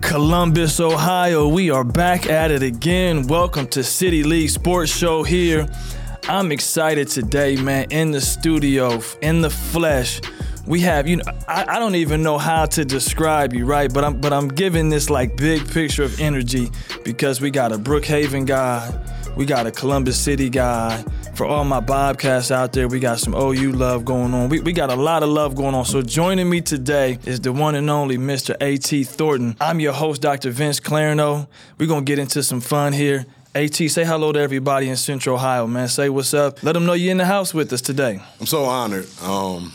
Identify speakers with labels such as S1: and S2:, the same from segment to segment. S1: Columbus, Ohio. We are back at it again. Welcome to City League Sports Show here. I'm excited today, man, in the studio, in the flesh. We have, you know, I, I don't even know how to describe you, right? But I'm but I'm giving this like big picture of energy because we got a Brookhaven guy, we got a Columbus City guy. For all my Bobcats out there, we got some OU love going on. We, we got a lot of love going on. So joining me today is the one and only Mr. A.T. Thornton. I'm your host, Dr. Vince Clarino. We're going to get into some fun here. AT, say hello to everybody in Central Ohio, man. Say what's up. Let them know you're in the house with us today.
S2: I'm so honored, um,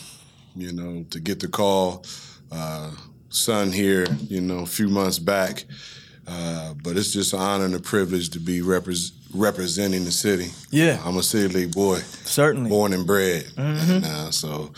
S2: you know, to get the call. Uh, son here, you know, a few months back. Uh, but it's just an honor and a privilege to be repres representing the city.
S1: Yeah. Mm-hmm.
S2: I'm a city league boy,
S1: Certainly.
S2: born and bred. And, uh, so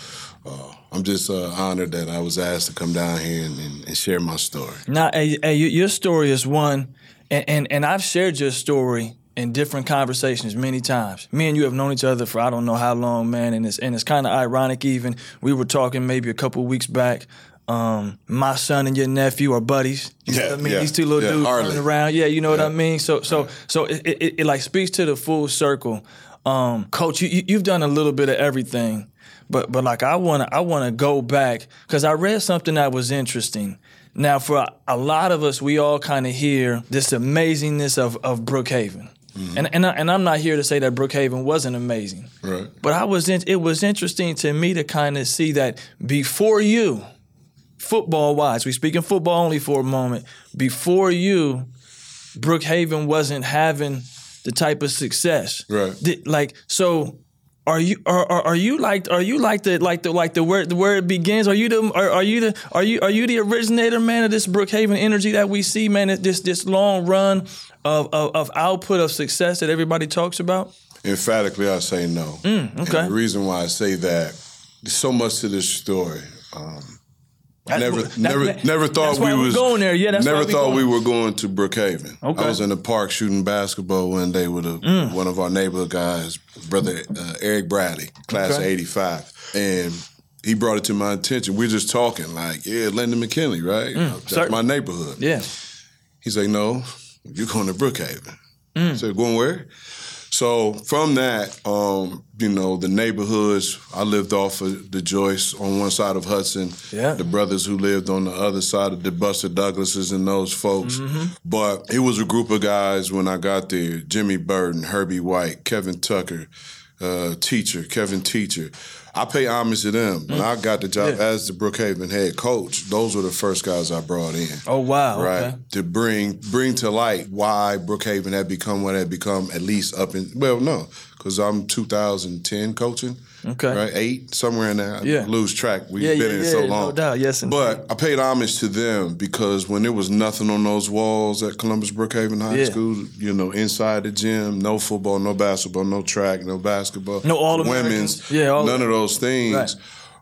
S2: uh, I'm just uh, honored that I was asked to come down here and, and, and share my story.
S1: Now, hey, hey, your- your story is one, and, and, and I've shared your story in different conversations many times. Me and you have known each other for I don't know how long, man, and it's and it's kind of ironic. Even we were talking maybe a couple weeks back. Um, my son and your nephew are buddies. You know
S2: Yeah,
S1: what I mean?
S2: yeah,
S1: These two little
S2: yeah,
S1: dudes
S2: Harley.
S1: running around. Yeah, you know what I mean. So so so it, it, it- it like speaks to the full circle. Um, coach, you, you you've done a little bit of everything, but but like I wanna I wanna go back because I read something that was interesting. Now for a, a lot of us, we all kind of hear this amazingness of of Brookhaven, and and I, and I'm not here to say that Brookhaven wasn't amazing,
S2: Right.
S1: but I was in, it was interesting to me to kind of see that before you, football wise, we speak in football only for a moment. Before you, Brookhaven wasn't having the type of success.
S2: Right.
S1: Did- like so. Are you are, are are you like are you like the like the like the where where it begins? Are you the are, are you the are you are you the originator, man, of this Brookhaven energy that we see, man? This this long run of of, of output of success that everybody talks about.
S2: Emphatically, I say no.
S1: Mm, okay.
S2: And the reason why I say that, there's so much to this story. Um, never,
S1: That's-
S2: never,
S1: that-
S2: never thought
S1: that's why
S2: we
S1: we're
S2: was
S1: going there. Yeah, that's why
S2: never
S1: we
S2: thought
S1: going.
S2: we were going to Brookhaven.
S1: Okay. Mm.
S2: I was in the park shooting basketball one day with a, one of our neighborhood guys, brother uh, Eric Bradley, class
S1: Okay.
S2: of '85, and he brought it to my attention. We're just talking like, yeah, Linda McKinley, right? That's
S1: Mm, certain.
S2: my neighborhood.
S1: Yeah.
S2: He's like, no, you're going to Brookhaven. I said, going where? So from that, um, you know, the neighborhoods, I lived off of the Joyce on one side of Hudson,
S1: Yeah.
S2: the brothers who lived on the other side of the Buster Douglases and those folks. But it was a group of guys when I got there, Jimmy Burton, Herbie White, Kevin Tucker, uh, Teacher, Kevin Teacher. I pay homage to them. When I got the job as the Brookhaven head coach, those were the first guys I brought in
S1: Oh wow.
S2: right?
S1: Okay.
S2: To bring bring to light why Brookhaven had become what it had become, at least up in well, no, because I'm 2010 coaching,
S1: Okay.
S2: right? Eight somewhere in there. I
S1: Yeah.
S2: lose track. We've
S1: Yeah,
S2: been
S1: yeah,
S2: in
S1: yeah,
S2: so
S1: no
S2: long,
S1: doubt. Yes, indeed.
S2: But I paid homage to them because when there was nothing on those walls at Columbus Brookhaven High
S1: Yeah.
S2: School, you know, inside the gym, no football, no basketball, no track, no basketball,
S1: No All-Americans.
S2: women's,
S1: Yeah, all-
S2: none of those things.
S1: Right.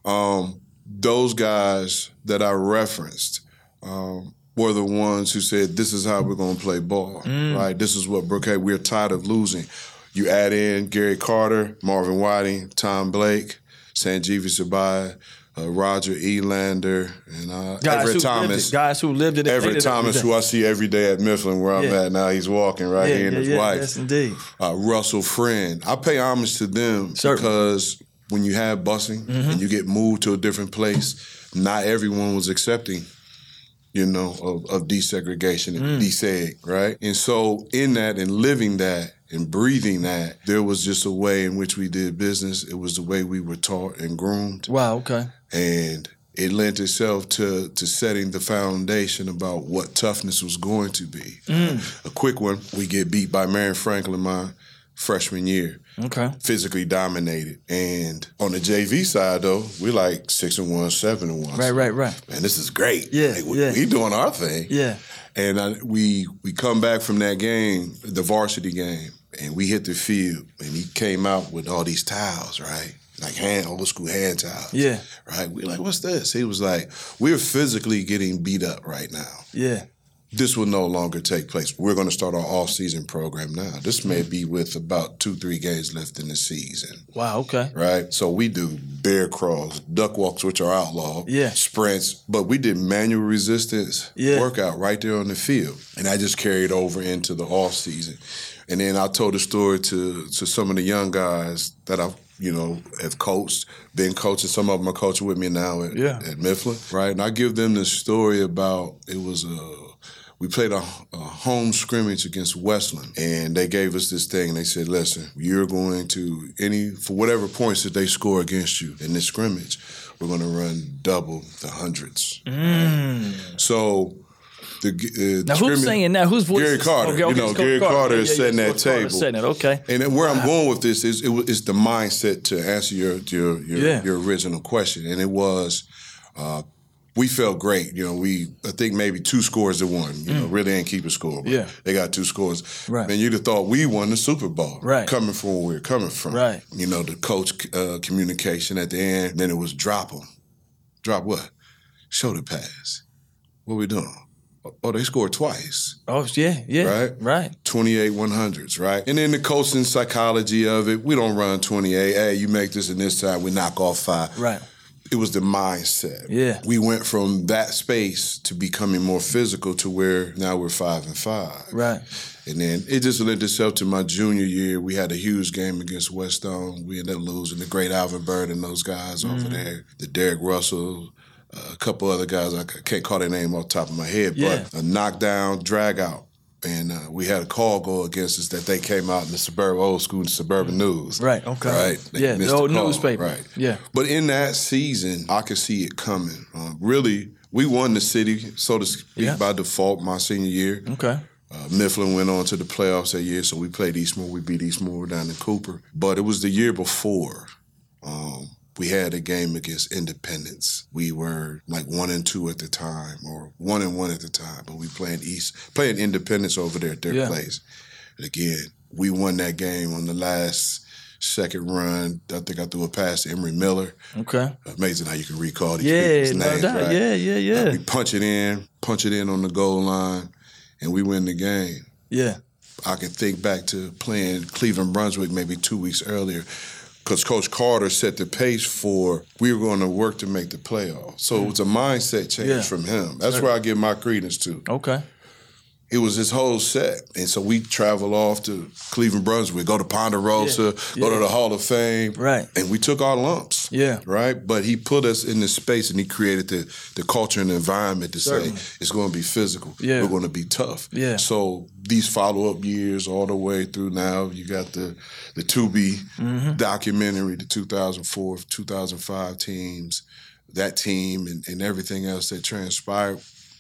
S2: Um, those guys that I referenced um, were the ones who said, "This is how we're going to play ball,
S1: Mm.
S2: right? This is what Brookhaven. We're tired of losing." You add in Gary Carter, Marvin Whiting, Tom Blake, Sanjeev Sabai, uh, Roger Elander, and uh,
S1: Guys who
S2: Everett
S1: Lived
S2: Thomas.
S1: it, guys who lived it. and ate
S2: Everett
S1: it every
S2: Thomas,
S1: day.
S2: who I see every day at Mifflin, where I'm
S1: Yeah.
S2: at now, he's walking right
S1: yeah,
S2: here, and
S1: yeah,
S2: his
S1: yeah,
S2: wife
S1: Yes, indeed.
S2: uh, Russell Friend. I pay homage to them
S1: Certainly.
S2: because when you have busing and you get moved to a different place, not everyone was accepting, you know, of, of desegregation and deseg, right? And so in that and living that and breathing that, there was just a way in which we did business. It was the way we were taught and groomed
S1: Wow. Okay.
S2: and it lent itself to to setting the foundation about what toughness was going to be.
S1: Mm.
S2: A quick one: we get beat by Marion Franklin my freshman year,
S1: Okay.
S2: physically dominated. And on the JV side, though, we're like six and one, seven and one.
S1: Right. Right. Right.
S2: Man, this is great.
S1: Yeah,
S2: Like, we,
S1: yeah.
S2: we doing our thing.
S1: Yeah.
S2: And I, we we come back from that game, the varsity game, and we hit the field, and he came out with all these towels, right? Like hand, old school hand towels.
S1: Yeah.
S2: Right? We're like, what's this? He was like, we're physically getting beat up right now.
S1: Yeah.
S2: This will no longer take place. We're going to start our off-season program now. This may be with about two, three games left in the season
S1: Wow. Okay.
S2: right? So we do bear crawls, duck walks, which are outlawed,
S1: Yeah.
S2: sprints. But we did manual resistance
S1: Yeah.
S2: workout right there on the field, and I just carried over into the off season. And then I told the story to to some of the young guys that I've you know have coached, been coaching. Some of them are coaching with me now at,
S1: Yeah.
S2: at Mifflin, right? And I give them this story about it was a we played a, a home scrimmage against Westland, and they gave us this thing. And they said, "Listen, you're going to any for whatever points that they score against you in this scrimmage, we're going to run double the hundreds. So the uh,
S1: Now who's saying that? Whose voice?
S2: Gary
S1: is-
S2: Carter. You know,
S1: it's
S2: Gary Carter is setting
S1: so
S2: that
S1: Carter's
S2: table.
S1: setting it, Okay.
S2: And then where I'm going with this is it, wa- it's the mindset to answer your your your,
S1: Yeah.
S2: your original question, and it was. Uh, we felt great, you know. We I think maybe two scores to one. You know, really ain't keeping score. But
S1: Mm. Yeah.
S2: they got two scores.
S1: Right.
S2: and you'd have thought we won the Super Bowl.
S1: Right.
S2: coming from where we're coming from.
S1: Right.
S2: you know the coach uh, communication at the end. Then it was drop them, drop what? Shoulder pass. What we doing? Oh, they scored twice.
S1: Oh yeah, yeah.
S2: Right?
S1: Right.
S2: 28 100s, right? And then the coaching psychology of it, we don't run 28. Hey, you make this and this time, we knock off five.
S1: Right.
S2: It was the mindset.
S1: Yeah.
S2: We went from that space to becoming more physical to where now we're five and five.
S1: Right.
S2: And then it just lent itself to my junior year. We had a huge game against Westone. We ended up losing the great Alvin Bird and those guys over
S1: Mm-hmm.
S2: there, the Derrick Russell, uh, a couple other guys. I c- can't call their name off the top of my head,
S1: Yeah.
S2: but a knockdown, drag out. And uh, we had a call go against us that they came out in the suburban old school, suburban news.
S1: Mm-hmm. Right. Okay.
S2: Right. They
S1: Yeah.
S2: missed
S1: The old
S2: call,
S1: newspaper.
S2: Right.
S1: Yeah.
S2: But in that season, I could see it coming. Um, really, we won the city, so to speak,
S1: Yeah.
S2: by default my senior year.
S1: Okay.
S2: Uh, Mifflin went on to the playoffs that year, so we played Eastmore. We beat Eastmore down in Cooper. But it was the year before um, we had a game against Independence. We were like one and two at the time, or one and one at the time, but we playing East, playing Independence over there at their
S1: Yeah.
S2: place. And again, we won that game on the last second run. I think I threw a pass to Emery Miller.
S1: Okay.
S2: Amazing how you can recall these
S1: Yeah.
S2: people's
S1: No
S2: names,
S1: doubt.
S2: right?
S1: Yeah. Yeah. Yeah.
S2: We punch it in, punch it in on the goal line, and we win the game.
S1: Yeah.
S2: I can think back to playing Cleveland Brunswick maybe two weeks earlier because Coach Carter set the pace for we were going to work to make the playoffs. So it was a mindset change
S1: Yeah.
S2: from him. That's where I give my credence to.
S1: Okay.
S2: It was his whole set. And so we travel off to Cleveland Brunswick, go to Ponderosa,
S1: Yeah.
S2: go to the Hall of Fame.
S1: Right.
S2: And we took our lumps.
S1: Yeah.
S2: Right? But he put us in this space and he created the, the culture and the environment to
S1: Certainly.
S2: say it's going to be physical.
S1: Yeah.
S2: We're going to be tough.
S1: Yeah.
S2: So these follow up years all the way through now, you got the the 2B
S1: Mm-hmm.
S2: documentary, the 2004, 2005 teams, that team, and, and everything else that transpired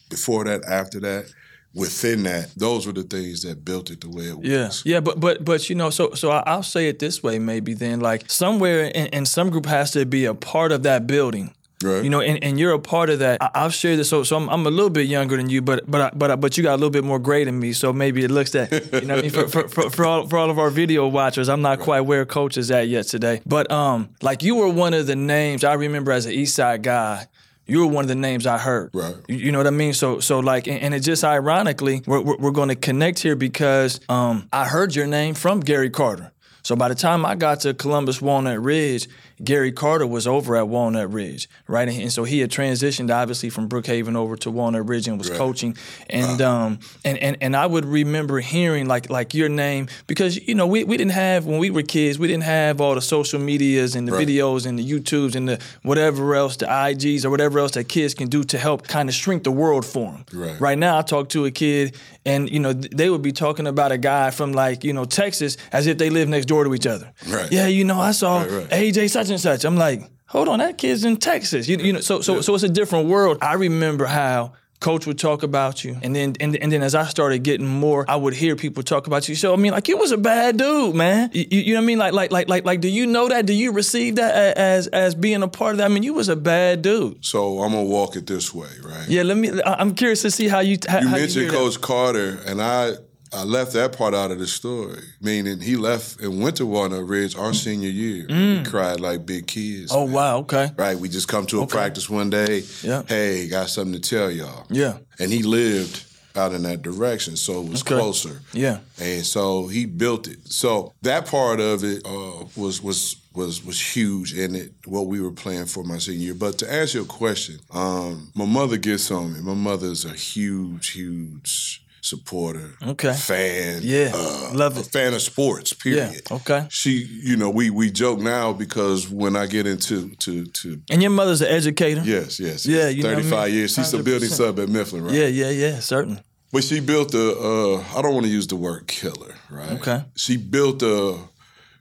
S2: before that, after that, within that. Those were the things that built it the way it was.
S1: Yeah, yeah, but but but you know, so so I, I'll say it this way, maybe then, like somewhere in, in some group has to be a part of that building.
S2: Right.
S1: You know, and, and you're a part of that. I, I've shared this, so so I'm, I'm a little bit younger than you, but but I, but I, but you got a little bit more gray than me, so maybe it looks that you know what I mean for for, for, for, all, for all of our video watchers, I'm not quite where coach is at yet today. But um, like you were one of the names I remember as an East Side guy. You were one of the names I heard.
S2: Right.
S1: You, you know what I mean? So, so like, and, and it just ironically, we're, we're, we're going to connect here because um, I heard your name from Gary Carter. So by the time I got to Columbus Walnut Ridge, Gary Carter was over at Walnut Ridge, right? And, and so he had transitioned obviously from Brookhaven over to Walnut Ridge and was coaching. And um and, and and I would remember hearing like like your name because you know we, we didn't have when we were kids we didn't have all the social medias and the
S2: Right.
S1: videos and the YouTubes and the whatever else the IGs or whatever else that kids can do to help kind of shrink the world for them.
S2: Right.
S1: Right now I talk to a kid and you know th- they would be talking about a guy from like you know Texas as if they live next door to each other.
S2: Right.
S1: Yeah, you know I saw
S2: Right, right.
S1: AJ such and such. I'm like, hold on, that kid's in Texas. You, you know, so so so it's a different world. I remember how coach would talk about you, and then and, and then as I started getting more, I would hear people talk about you. So I mean, like it was a bad dude, man. You, you you know what I mean? Like like like like like, do you know that? Do you receive that a- as as being a part of that? I mean, you was a bad dude.
S2: So I'm going to walk it this way, right?
S1: Yeah, let me. I- I'm curious to see how you. How,
S2: You
S1: how
S2: mentioned
S1: hear that.
S2: Coach Carter, and I I left that part out of the story, meaning he left and went to Walnut Ridge our senior year. We cried like big kids.
S1: Mm. Oh wow. Okay.
S2: Right, we just come to a practice one day.
S1: Yeah.
S2: Hey, got something to tell y'all.
S1: Yeah.
S2: And he lived out in that direction, so it was
S1: Okay.
S2: closer.
S1: Yeah.
S2: And so he built it. So that part of it uh, was was was was huge in it. What we were playing for my senior year. But to answer your question, um, my mother gets on me. My mother's a huge, huge supporter,
S1: Okay.
S2: fan,
S1: Yeah.
S2: uh,
S1: Love
S2: a
S1: it.
S2: fan of sports.
S1: Yeah.
S2: Period.
S1: Okay.
S2: She, you know, we we joke now because when I get into to to
S1: And your mother's an educator.
S2: yes yes
S1: Yeah,
S2: yes,
S1: you know what I
S2: thirty five
S1: mean?
S2: years. She's a building sub at Mifflin, right?
S1: Yeah. Yeah. Yeah. Certainly.
S2: But she built a. Uh, I don't want to use the word killer, right?
S1: Okay.
S2: She built a.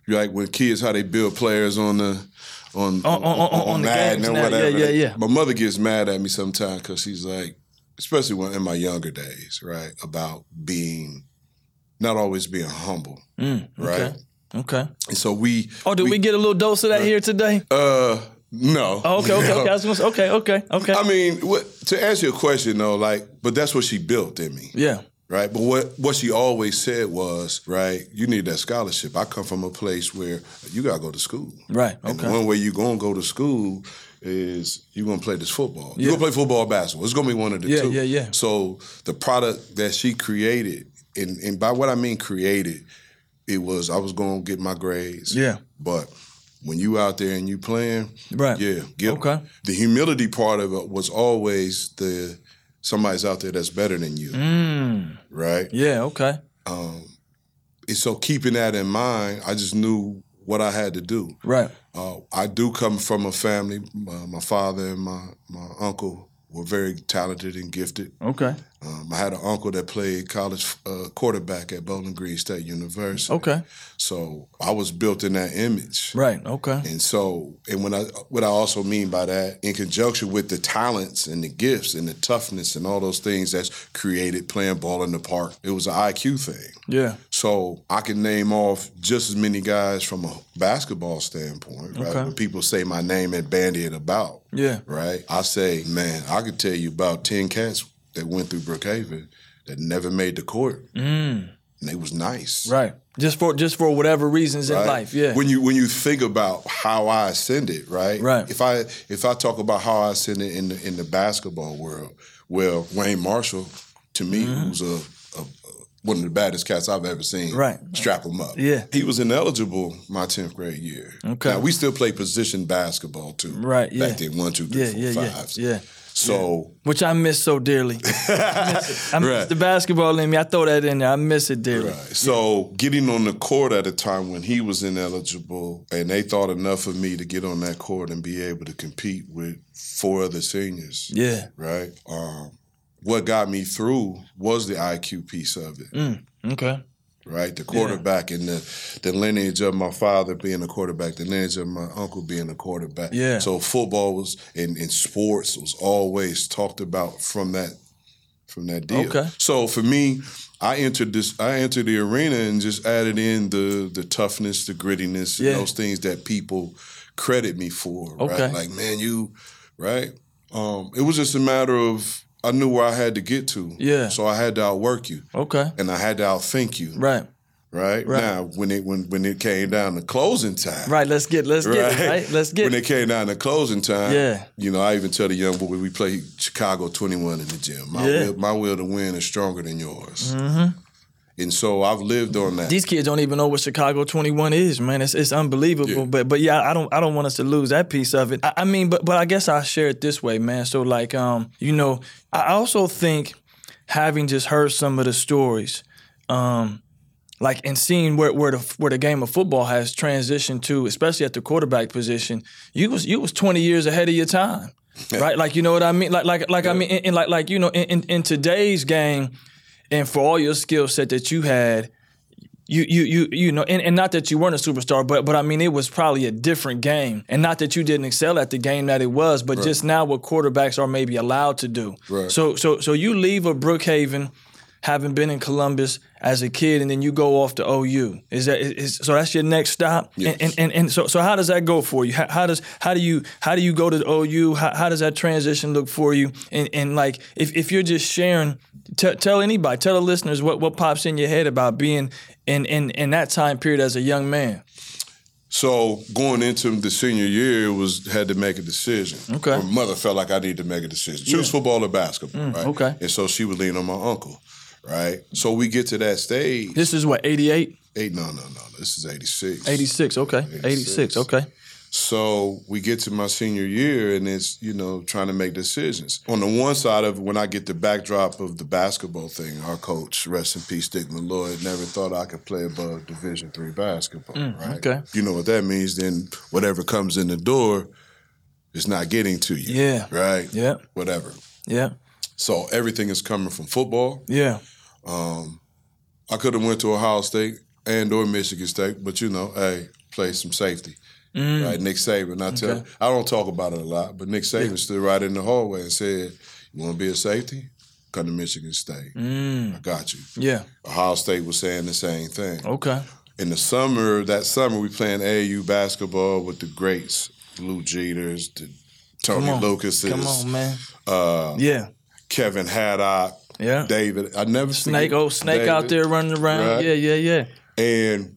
S2: Like when kids, how they build players on the. On,
S1: on- on- on the
S2: Madden
S1: games
S2: or
S1: now. Yeah,
S2: whatever.
S1: yeah, yeah.
S2: My mother gets mad at me sometimes because she's like, especially when in my younger days, right, about being, not always being humble, right.
S1: Mm, okay. Okay.
S2: And so we.
S1: Oh, did we, get a little dose of that here today?
S2: Uh, no.
S1: Oh, okay. Okay.
S2: No.
S1: Okay. I was gonna say, okay. Okay. Okay.
S2: I mean, what, to answer your question though, like, but that's what she built in me.
S1: yeah.
S2: right? But what what she always said was, right, you need that scholarship. I come from a place where you gotta go to school.
S1: Right.
S2: And the
S1: Okay.
S2: one way you gonna go to school is you gonna play this football. you You gonna play football, or basketball. It's gonna be one of the
S1: Yeah,
S2: two.
S1: yeah, yeah.
S2: So the product that she created, and and by what I mean created, it was I was gonna get my grades.
S1: Yeah.
S2: But when you out there and you playing,
S1: Right.
S2: yeah, get 'em.
S1: Okay.
S2: The humility part of it was always the somebody's out there that's better than you,
S1: Mm.
S2: right?
S1: Yeah. Okay.
S2: And so keeping that in mind, I just knew what I had to do.
S1: Right.
S2: Uh, I do come from a family. My, my father and my, my uncle were very talented and gifted.
S1: Okay.
S2: Um, I had an uncle that played college uh, quarterback at Bowling Green State University.
S1: Okay.
S2: So I was built in that image.
S1: Right. Okay.
S2: And so, and when I what I also mean by that, in conjunction with the talents and the gifts and the toughness and all those things that's created playing ball in the park, it was an IQ thing.
S1: Yeah.
S2: So I can name off just as many guys from a basketball standpoint, right?
S1: Okay.
S2: When people say my name and bandy it about,
S1: Yeah.
S2: right? I say, man, I could tell you about 10 cats that went through Brookhaven that never made the court. Mm. And they was nice.
S1: Right. Just for just for whatever reasons in
S2: right?
S1: life. Yeah.
S2: When you when you think about how I ascended, right?
S1: Right.
S2: If I if I talk about how I ascended in the in the basketball world, well, Wayne Marshall, to me,
S1: Mm-hmm.
S2: who's a, a one of the baddest cats I've ever seen.
S1: Right.
S2: Strap him up.
S1: Yeah.
S2: He was ineligible my tenth grade year.
S1: Okay.
S2: Now we still play position basketball too.
S1: Right, yeah.
S2: Back then, one, two, three,
S1: yeah.
S2: four,
S1: Yeah. Yeah.
S2: fives.
S1: Yeah.
S2: So
S1: Which I miss so dearly. I miss, it. I miss
S2: Right.
S1: the basketball in me. I throw that in there. I miss it dearly.
S2: Right. So getting on the court at a time when he was ineligible, and they thought enough of me to get on that court and be able to compete with four other seniors,
S1: Yeah.
S2: right? Um, what got me through was the IQ piece of it,
S1: Okay.
S2: right? The quarterback and the the lineage of my father being a quarterback, the lineage of my uncle being a quarterback.
S1: Yeah.
S2: So football was and, and sports was always talked about from that from that deal.
S1: Okay.
S2: So for me, I entered this. I entered the arena and just added in the the toughness, the grittiness,
S1: Yeah.
S2: and those things that people credit me for.
S1: Okay.
S2: Right? Like man, you right. Um, it was just a matter of I knew where I had to get to.
S1: Yeah.
S2: So I had to outwork you,
S1: Okay.
S2: and I had to outthink you.
S1: Right.
S2: Right.
S1: Right.
S2: Now, when it when when it came down to closing time.
S1: Right. Let's get. Let's get. It, right. Let's get.
S2: When
S1: it.
S2: it came down to closing time,
S1: Yeah.
S2: you know, I even tell the young boy we play Chicago twenty one in the gym. My
S1: Yeah. Mm-hmm.
S2: will, my will to win is stronger than yours, and so I've lived on that.
S1: These kids don't even know what Chicago 21 is, man. It's, it's unbelievable.
S2: Yeah.
S1: But but yeah, I don't I don't want us to lose that piece of it. I, I mean, but but I guess I share it this way, man. So like um, you know, I also think having just heard some of the stories, um, like and seeing where where the where the game of football has transitioned to, especially at the quarterback position, you was you was 20 years ahead of your time. right? Like you know what I mean? Like like like I mean and, and like like you know in, in, in today's game and for all your skill set that you had you you you you know and, and not that you weren't a superstar but but I mean it was probably a different game and not that you didn't excel at the game that it was but just now what quarterbacks are maybe allowed to do.
S2: Right.
S1: So so so you leave a Brookhaven having been in Columbus as a kid and then you go off to OU. Is that is, so that's your next stop?
S2: Yes.
S1: And, and, and and so so how does that go for you? How, how does how do you how do you go to OU? How, how does that transition look for you? And and like if, if you're just sharing, t- tell anybody, tell the listeners what, what pops in your head about being in, in in that time period as a young man.
S2: So going into the senior year it was had to make a decision.
S1: Okay. Mm,
S2: My mother felt like I needed to make a decision. Choose football or basketball, right?
S1: okay.
S2: And so she would lean on my uncle, right? So we get to that stage.
S1: This is what eighty eight.
S2: Eight? No, no, no. This is eighty six.
S1: 86, okay. 86,
S2: 86,
S1: okay.
S2: So we get to my senior year, and it's you know trying to make decisions. On the one side of when I get the backdrop of the basketball thing, our coach, rest in peace, Dick Malloy, never thought I could play above Division three basketball. right?
S1: Mm, okay.
S2: You know what that means? Then whatever comes in the door, is not getting to you.
S1: Yeah.
S2: Right.
S1: Yeah,
S2: Whatever.
S1: yeah,
S2: So everything is coming from football.
S1: yeah.
S2: I could have went to Ohio State and or Michigan State, but you know, hey, play some safety.
S1: Mm.
S2: Right, Nick Saban. I tell I don't talk about it a lot, but Nick Saban stood right in the hallway and said, "You want to be a safety? Come to Michigan State.
S1: Mm.
S2: I got you."
S1: Yeah.
S2: Ohio State was saying the same thing.
S1: Okay.
S2: In the summer, that summer, we playing AAU basketball with the greats, Lou Jeters, the Tony
S1: on.
S2: Lucases,
S1: Come on, man. Uh, yeah.
S2: Kevin Haddock,
S1: Yeah.
S2: David. I never
S1: snake,
S2: forget
S1: old snake out
S2: David.
S1: there running around.
S2: Right.
S1: Yeah, yeah, yeah.
S2: and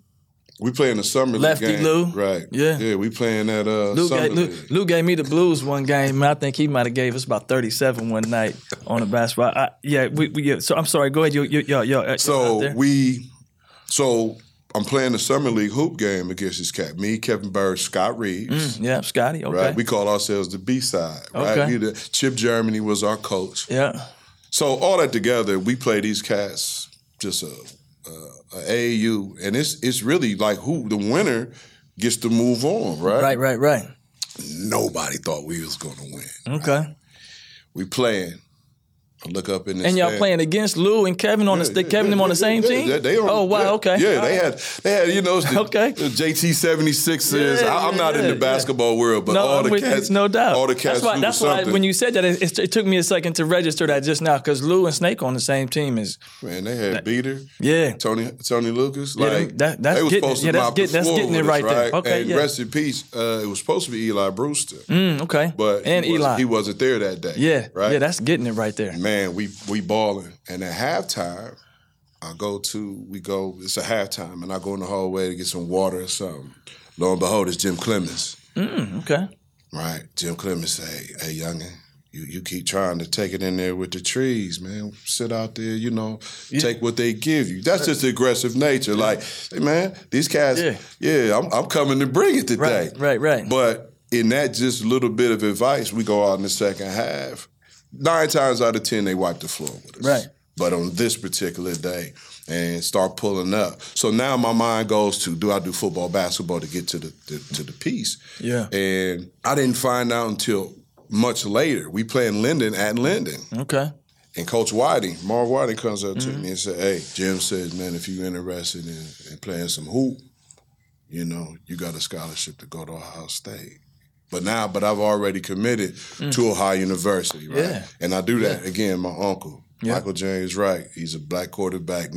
S2: we playing the summer league
S1: Lefty
S2: game.
S1: Lou.
S2: right?
S1: Yeah.
S2: yeah, we playing that uh,
S1: Lou
S2: summer
S1: gave, Lou,
S2: league.
S1: Lou gave me the blues one game, and I think he might have gave us about thirty-seven one night on the basketball. I, yeah, we, we, yeah. So I'm sorry. Go ahead. You, you, y'all, y'all, uh, out
S2: So
S1: there.
S2: we, so I'm playing the summer league hoop game against this cat. Me, Kevin Bird, Scott Reeves.
S1: yeah, Scotty. Mm, Okay.
S2: Right, we call ourselves the B side. Right,
S1: Okay.
S2: we the, Chip Germany was our coach.
S1: yeah.
S2: So all that together, we play these cats just a, a, a AAU, and it's it's really like who the winner gets to move on, right?
S1: Right. Right. Right.
S2: Nobody thought we was gonna win.
S1: Okay.
S2: We playing. I look up in the
S1: And y'all
S2: stand.
S1: playing against Lou and Kevin on the
S2: Yeah,
S1: the Kevin
S2: yeah,
S1: them on the
S2: yeah,
S1: same
S2: yeah,
S1: team.
S2: yeah, they on-
S1: oh wow.
S2: yeah,
S1: okay.
S2: Yeah, they
S1: Alright.
S2: had they had you know it's the,
S1: Okay.
S2: the JT 76ers.
S1: Yeah,
S2: I, am
S1: yeah,
S2: not in
S1: yeah,
S2: the
S1: yeah.
S2: basketball world, but
S1: No,
S2: all
S1: I'm
S2: the
S1: with you.
S2: cats,
S1: no doubt.
S2: all the cats.
S1: That's why.
S2: who
S1: That's
S2: was
S1: why.
S2: something.
S1: When you said that, it, it, took me a second to register that just now because Lou and Snake on the same team is.
S2: man, they had Beater.
S1: Yeah.
S2: Tony Tony Lucas.
S1: Yeah,
S2: Like
S1: that- that's
S2: they was
S1: getting it.
S2: supposed to
S1: Yeah, that's
S2: mop
S1: get-
S2: the
S1: that's
S2: floor
S1: getting it
S2: with us,
S1: right there. Okay,
S2: and
S1: yeah.
S2: rest in peace. Uh, it was supposed to be Eli Brewster,
S1: Mm, okay.
S2: but
S1: and
S2: he wasn't-
S1: Eli.
S2: he wasn't there that day.
S1: yeah.
S2: right.
S1: Yeah. That's getting it right there.
S2: man, we we balling. And at halftime, I go to we go. It's a halftime, and I go in the hallway to get some water or something. Lo and behold, it's Jim Clemens.
S1: Okay.
S2: Right, Jim Clemens say, "Hey, youngin." You, you keep trying to take it in there with the trees, man. Sit out there, you know, take what they give you. That's just the aggressive nature. Like, hey, man, these cats,
S1: Yeah.
S2: yeah, I'm, I'm coming to bring it today.
S1: Right. Right. Right.
S2: But in that just little bit of advice, we go out in the second half. Nine times out of ten, they wipe the floor with us.
S1: Right.
S2: But on this particular day, and start pulling up. So now my mind goes to: Do I do football, basketball to get to the to, to the piece?
S1: Yeah.
S2: And I didn't find out until much later. We playing Linden at Linden,
S1: okay.
S2: and Coach Whiting, Marv Whiting, comes up
S1: Mm-hmm.
S2: to me and said, "Hey, Jim says, man, if you're interested in, in playing some hoop, you know, you got a scholarship to go to Ohio State." But now, but I've already committed to Ohio University, right?
S1: Mm. Yeah.
S2: And I do that again. My uncle, Michael James Wright, he's a black quarterback,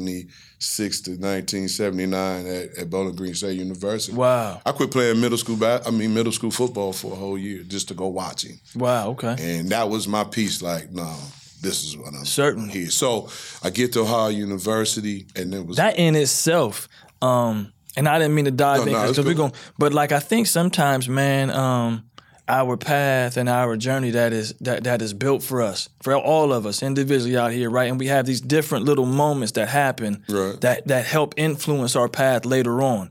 S2: 1976 to 1979 at, at Bowling Green State University.
S1: Wow.
S2: I quit playing middle school. ba- I mean, middle school football for a whole year just to go watch him
S1: Wow. Okay.
S2: and that was my piece. Like, no, this is what I'm
S1: Certainly.
S2: here. So I get to Ohio University, and it was
S1: That in itself. Um. And I didn't mean to dive in
S2: no,
S1: because
S2: it's
S1: we're
S2: cool.
S1: going. But like I think sometimes, man. Um. Our path and our journey that is that that is built for us, for all of us individually out here, right? And we have these different little moments that happen
S2: Right.
S1: that that help influence our path later on.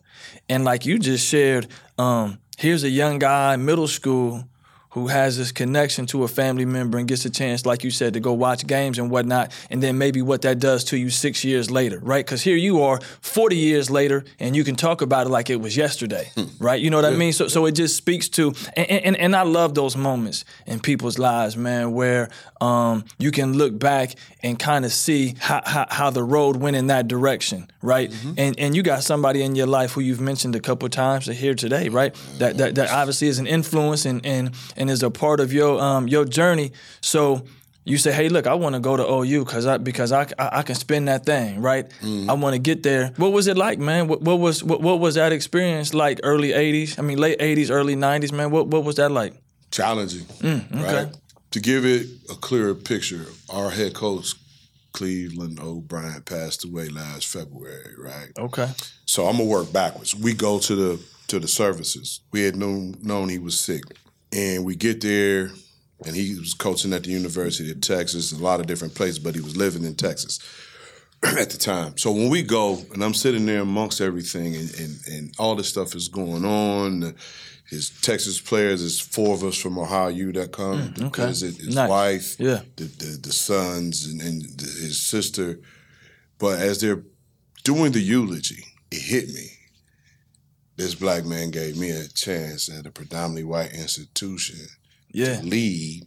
S1: And like you just shared, um, here's a young guy, middle school, who has this connection to a family member and gets a chance, like you said, to go watch games and whatnot, and then maybe what that does to you six years later, right? Because here you are, forty years later, and you can talk about it like it was yesterday, right? You know what I mean? So, so it just speaks to, and, and and I love those moments in people's lives, man, where um, you can look back and kind of see how, how how the road went in that direction, right?
S2: Mm-hmm.
S1: And and you got somebody in your life who you've mentioned a couple times here today, right? That that, that obviously is an influence and and and is a part of your um your journey. So you say, hey, look, I want to go to OU because I because I, I I can spin that thing, right?
S2: Mm-hmm.
S1: I want to get there. What was it like, man? What, what was what, what was that experience like? Early '80s, I mean, late '80s, early '90s, man. What what was that like?
S2: challenging, right? To give it a clearer picture, our head coach Cleveland O'Brien passed away last February, right?
S1: Okay,
S2: So I'm gonna work backwards. We go to the to the services. We had known known he was sick, and we get there, and he was coaching at the University of Texas, a lot of different places, but he was living in Texas. at the time. So when we go, and I'm sitting there amongst everything, and, and, and all this stuff is going on. His Texas players, it's four of us from Ohio U that come. the
S1: Mm, okay.
S2: president, his
S1: Nice.
S2: wife,
S1: Yeah.
S2: the, the the sons, and, and the, his sister. But as they're doing the eulogy, it hit me. This black man gave me a chance at a predominantly white institution
S1: Yeah.
S2: lead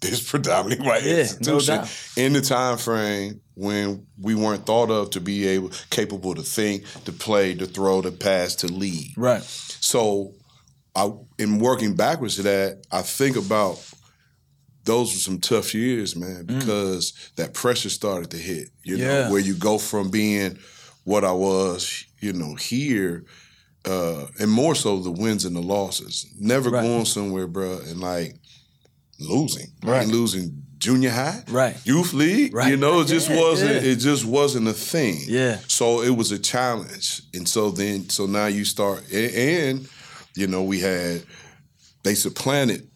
S2: this predominantly white
S1: Yeah, no
S2: institution
S1: doubt.
S2: in the time frame when we weren't thought of to be able capable to think, to play, to throw, to pass, to lead.
S1: Right.
S2: So I in working backwards to that, I think about those were some tough years, man, because that pressure started to hit. You
S1: Mm. Yeah.
S2: know, where you go from being what I was, you know, here, uh, and more so the wins and the losses. Never
S1: Right.
S2: going somewhere, bruh, and like losing. I
S1: Right.
S2: ain't losing junior high,
S1: Right.
S2: youth league. You
S1: Right.
S2: know, it just
S1: Yeah,
S2: wasn't.
S1: yeah.
S2: It just wasn't a thing.
S1: Yeah.
S2: So it was a challenge, and so then, so now you start, and, and you know, we had they supplanted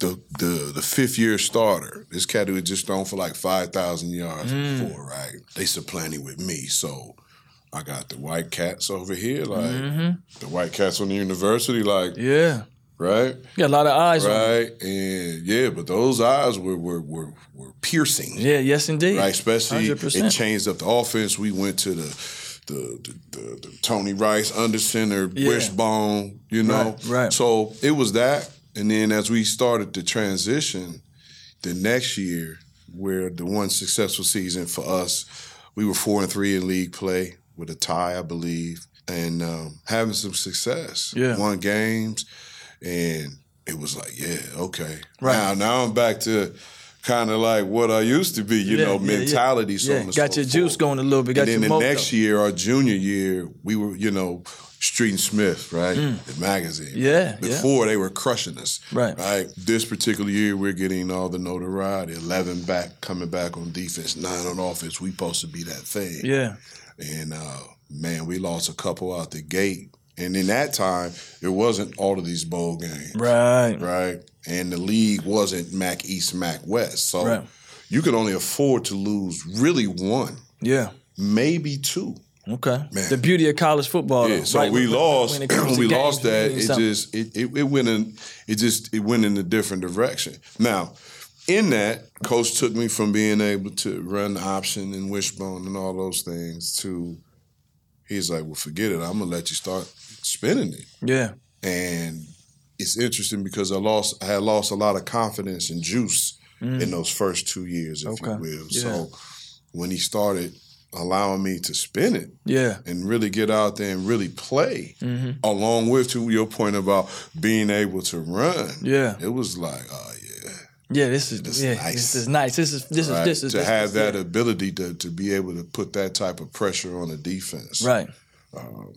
S2: the the the fifth year starter. This cat who had just thrown for like five thousand yards
S1: Mm.
S2: before, right? They supplanted with me, so. I got the white cats over here, like the white cats on the university, like
S1: Mm-hmm. Yeah.
S2: right,
S1: You got a lot of eyes on. you.
S2: right, and yeah. But those eyes were were were, were piercing,
S1: Yeah. Yes, indeed.
S2: right? Especially
S1: 100%.
S2: it changed up the offense. We went to the the the, the, the Tony Rice under center
S1: Yeah.
S2: wishbone, you know.
S1: Right, right.
S2: So it was that, and then as we started to transition, the next year where the one successful season for us, we were four and three in league play with a tie, I believe, and um, having some success.
S1: Yeah.
S2: won games, and it was like, yeah, okay.
S1: Right.
S2: Now, now I'm back to kind of like what I used to be, you
S1: Yeah,
S2: know,
S1: yeah, yeah.
S2: mentality. So on
S1: Yeah.
S2: and
S1: Got
S2: so
S1: your juice
S2: forth.
S1: going a little bit. Got
S2: And then
S1: your
S2: the
S1: mojo.
S2: next year, our junior year, we were, you know, Street and Smith, right? The magazine.
S1: Hmm. Yeah, yeah.
S2: Before they were crushing us.
S1: Right.
S2: Right. This particular year, we're getting all the notoriety. Eleven back, coming back on defense, nine on offense. We supposed to be that thing.
S1: Yeah.
S2: And uh, man, we lost a couple out the gate. And in that time, it wasn't all of these bowl games
S1: Right.
S2: right? And the league wasn't MAC East, MAC West, so
S1: Right.
S2: you could only afford to lose really one,
S1: Yeah.
S2: maybe two.
S1: Okay.
S2: Man.
S1: The beauty of college football. though,
S2: Yeah, so
S1: right?
S2: we
S1: When- when-
S2: lost.
S1: when it comes to
S2: we
S1: games,
S2: lost that.
S1: you need
S2: It
S1: something.
S2: just it, it it went in. It just it went in a different direction. Now, in that, coach took me from being able to run option and wishbone and all those things to. He's like, well, forget it. I'm gonna let you start spinning it.
S1: Yeah.
S2: and it's interesting because I lost I had lost a lot of confidence and juice in those first two years, if you
S1: Mm. Okay.
S2: will.
S1: Yeah.
S2: So when he started allowing me to spin it
S1: Yeah.
S2: and really get out there and really play,
S1: Mm-hmm.
S2: along with to your point about being able to run,
S1: Yeah.
S2: it was like, oh yeah,
S1: Yeah. This is
S2: This
S1: yeah.
S2: nice.
S1: This is nice. This is this
S2: right?
S1: is this is
S2: to
S1: this
S2: have
S1: is-
S2: that ability to to be able to put that type of pressure on a defense,
S1: Right.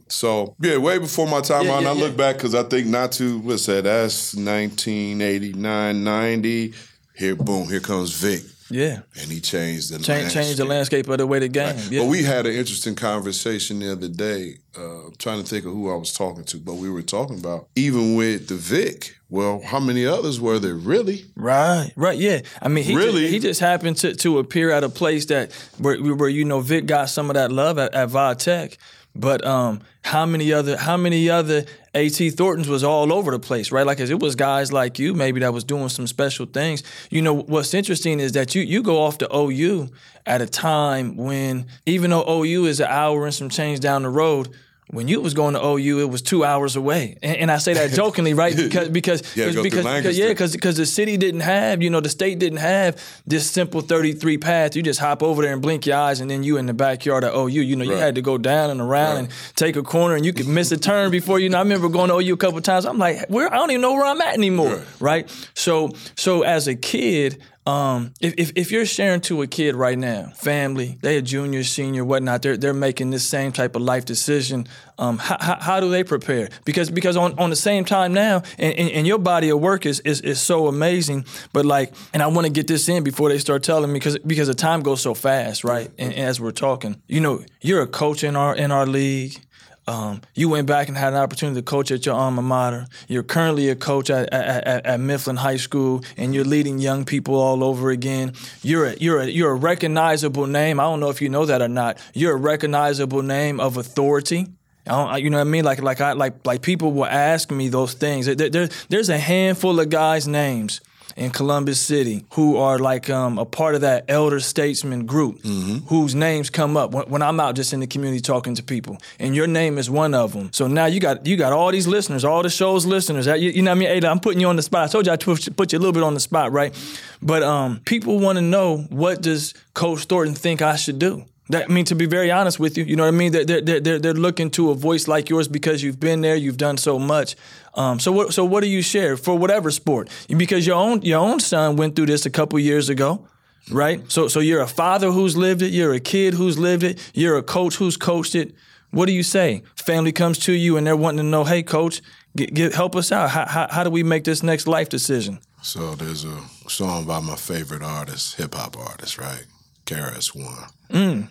S2: So yeah, way before my time.
S1: Yeah,
S2: and
S1: yeah,
S2: I
S1: yeah.
S2: look back because I think not too. What's that? That's 1989, 90. Here, boom. Here comes Vic,
S1: Yeah.
S2: and he changed the
S1: Change change the landscape of the way the game. Yeah.
S2: But we had an interesting conversation the other day. Uh, I'm trying to think of who I was talking to, but we were talking about even with the Vic. Well, how many others were there really?
S1: Right, right, yeah. I mean, he
S2: Really?
S1: just, he just happened to, to appear at a place that where, where you know Vic got some of that love at, at Vi Tech, but um, how many other how many other At Thorntons was all over the place, right? Like 'cause it was guys like you maybe that was doing some special things. You know what's interesting is that you you go off to OU at a time when even though OU is an hour and some change down the road. When you was going to OU, it was two hours away, and, and I say that jokingly, right? Because because
S2: Yeah,
S1: because,
S2: go
S1: because,
S2: through
S1: because yeah,
S2: Lancaster.
S1: because because the city didn't have, you know, the state didn't have this simple thirty three path. You just hop over there and blink your eyes, and then you in the backyard at OU. You know, you
S2: Right.
S1: had to go down and around and take a corner, and you could miss a turn before you know. I remember going to OU a couple times. I'm like, where? I don't even know where I'm at anymore, right? So so as a kid. Um, if, if, if you're sharing to a kid right now, family, they a junior, senior, whatnot, they're they're making this same type of life decision. Um, how, how, how do they prepare? Because because on, on the same time now, and, and, and your body of work is, is is so amazing. But like, and I want to get this in before they start telling me because because the time goes so fast, right? And, and as we're talking, you know, you're a coach in our in our league. Um, you went back and had an opportunity to coach at your alma mater. You're currently a coach at, at, at, at Mifflin High School, and you're leading young people all over again. You're a, you're a, you're a recognizable name. I don't know if you know that or not. You're a recognizable name of authority. I don't, I- you know what I mean? Like like I like like people will ask me those things. There, there, there's a handful of guys' names in Columbus City who are like um, a part of that elder statesman group whose names come up when, when I'm out just in the community talking to people. And your name is one of them. So now you got you got all these listeners, all the show's listeners. That- You, you know what I mean? Ada, I'm putting you on the spot. I told you I tw- put you a little bit on the spot, right? But um, people want to know what does Coach Thornton think I should do? That, I mean, to be very honest with you, you know what I mean. They're they're they're, they're looking to a voice like yours because you've been there, you've done so much. Um, so what so what do you share for whatever sport? Because your own your own son went through this a couple years ago, right? So so you're a father who's lived it, you're a kid who's lived it, you're a coach who's coached it. What do you say? Family comes to you and they're wanting to know, hey, coach, get, get help us out. How, how how do we make this next life decision?
S2: So there's a song by my favorite artist, hip hop artist, right? KRS One.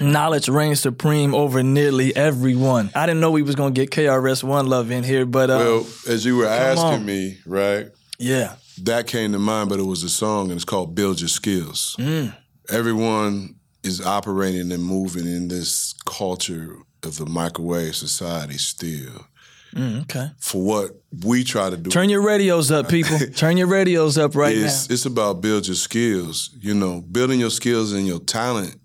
S1: Knowledge reigns supreme over nearly everyone. I didn't know we was gonna get KRS One love in here, but uh,
S2: Well, as you were asking
S1: on.
S2: me, right?
S1: yeah,
S2: that came to mind, but it was a song and it's called Build Your Skills.
S1: Mm.
S2: Everyone is operating and moving in this culture of the microwave society still.
S1: okay.
S2: For what we try to do
S1: Turn your radios up, people. Turn your radios up right
S2: is it's about build your skills. You know, building your skills and your talent,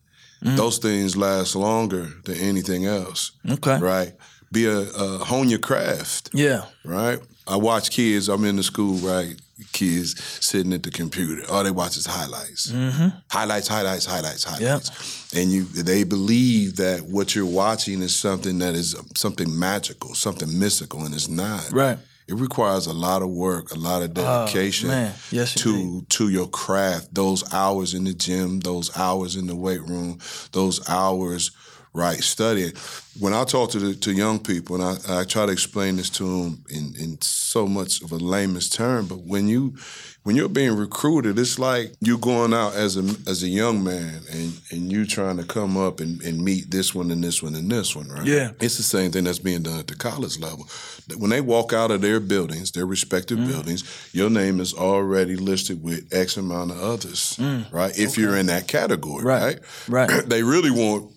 S1: Mm.
S2: those things last longer than anything else.
S1: now. Okay.
S2: Right? Be a, a hone your craft.
S1: Yeah.
S2: right? I watch kids. I'm in the school, right? Kids sitting at the computer. All they watch is highlights, mm-hmm. highlights, highlights, highlights, highlights. And you, they believe that what you're watching is something that is something magical, something mystical, and it's not.
S1: Right.
S2: It requires a lot of work, a lot of dedication
S1: Oh, Man. Yes. indeed.
S2: to to your craft. Those hours in the gym, those hours in the weight room, those hours right studying. When I talk to the, to young people, and I, I try to explain this to them in in so much of a layman's term, but when you when you're being recruited, it's like you going out as a as a young man and and you trying to come up and, and meet this one and this one and this one, right?
S1: Yeah.
S2: It's the same thing that's being done at the college level. That When they walk out of their buildings, their respective
S1: Mm.
S2: buildings, your name is already listed with X amount of others, right? If you're in that category,
S1: Mm. Right.
S2: right?
S1: Right.
S2: they really want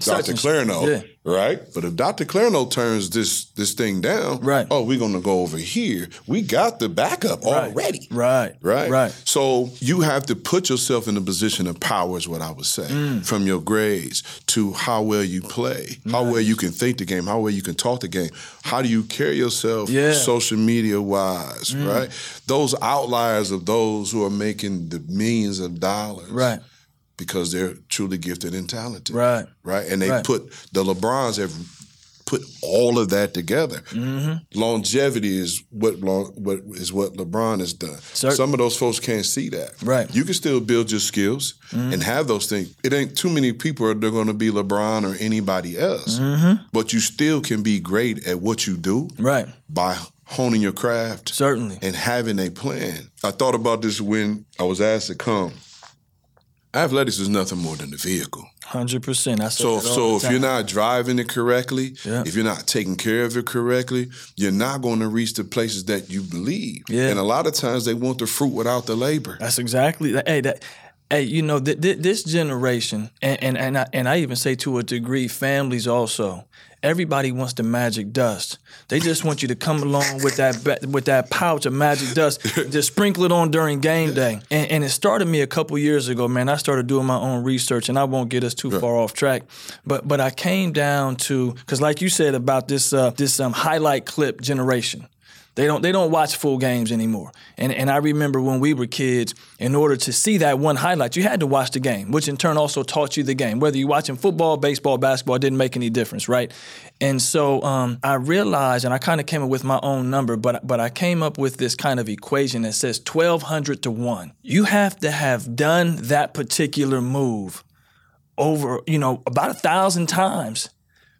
S1: Such
S2: Dr.
S1: and-
S2: Clarno,
S1: yeah.
S2: right? But if Dr. Clarno turns this this thing down,
S1: Right.
S2: oh, we're going to go over here. We got the backup already.
S1: Right.
S2: Right.
S1: Right.
S2: So you have to put yourself in a position of power, is what I would say,
S1: Mm.
S2: from your grades to how well you play, how well you can think the game, how well you can talk the game, how do you carry yourself
S1: Yeah. Mm.
S2: social media wise, right? Those outliers of those who are making the millions of dollars,
S1: Right.
S2: Because they're truly gifted and talented,
S1: Right.
S2: Right, and they
S1: Right.
S2: put the LeBrons have put all of that together.
S1: Mm-hmm.
S2: Longevity is what long, what is what LeBron has done.
S1: Cer-
S2: Some of those folks can't see that.
S1: Right. Mm-hmm.
S2: You can still build your skills and have those things. It ain't too many people are they're going to be LeBron or anybody else.
S1: Mm-hmm.
S2: But you still can be great at what you do
S1: Right.
S2: by honing your craft
S1: Certainly.
S2: and having a plan. I thought about this when I was asked to come. Athletics is nothing more than a vehicle.
S1: Hundred percent. I said
S2: So,
S1: that all
S2: so
S1: the
S2: if
S1: time.
S2: you're not driving it correctly,
S1: Yeah.
S2: if you're not taking care of it correctly, you're not going to reach the places that you believe.
S1: Yeah.
S2: And a lot of times they want the fruit without the labor.
S1: That's exactly. Hey, that. Hey, you know th- th- this generation, and and and I, and I even say to a degree, families also. Everybody wants the magic dust. They just want you to come along with that ba- with that pouch of magic dust, just sprinkle it on during game day. And, and it started me a couple years ago, man. I started doing my own research, and I won't get us too far off track. But but I came down to because, like you said about this uh, this um, highlight clip generation. They don't they don't watch full games anymore. And and I remember when we were kids, in order to see that one highlight, you had to watch the game, which in turn also taught you the game. Whether you're watching football, baseball, basketball, it didn't make any difference, right? And so um, I realized, and I kind of came up with my own number, but but I came up with this kind of equation that says twelve hundred to one. You have to have done that particular move over, you know, about a thousand times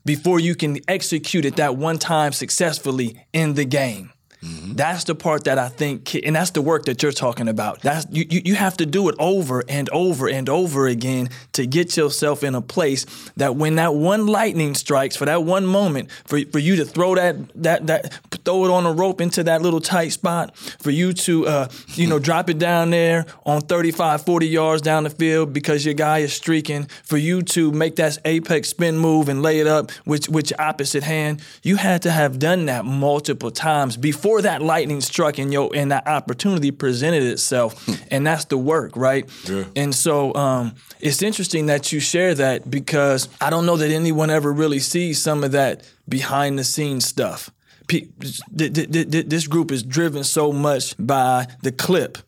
S1: before you can execute it that one time successfully in the game. That's the part that I think, ki- and that's the work that you're talking about. That's you, you. You have to do it over and over and over again to get yourself in a place that when that one lightning strikes for that one moment, for for you to throw that that that throw it on a rope into that little tight spot, for you to uh, you know drop it down there on 35, 40 yards down the field because your guy is streaking, for you to make that apex spin move and lay it up with with your opposite hand. You had to have done that multiple times before that lightning struck and your and that opportunity presented itself, and that's the work, right?
S2: Yeah.
S1: And so um, it's interesting that you share that because I don't know that anyone ever really sees some of that behind the scenes stuff. Pe- th- th- th- th- This group is driven so much by the clip.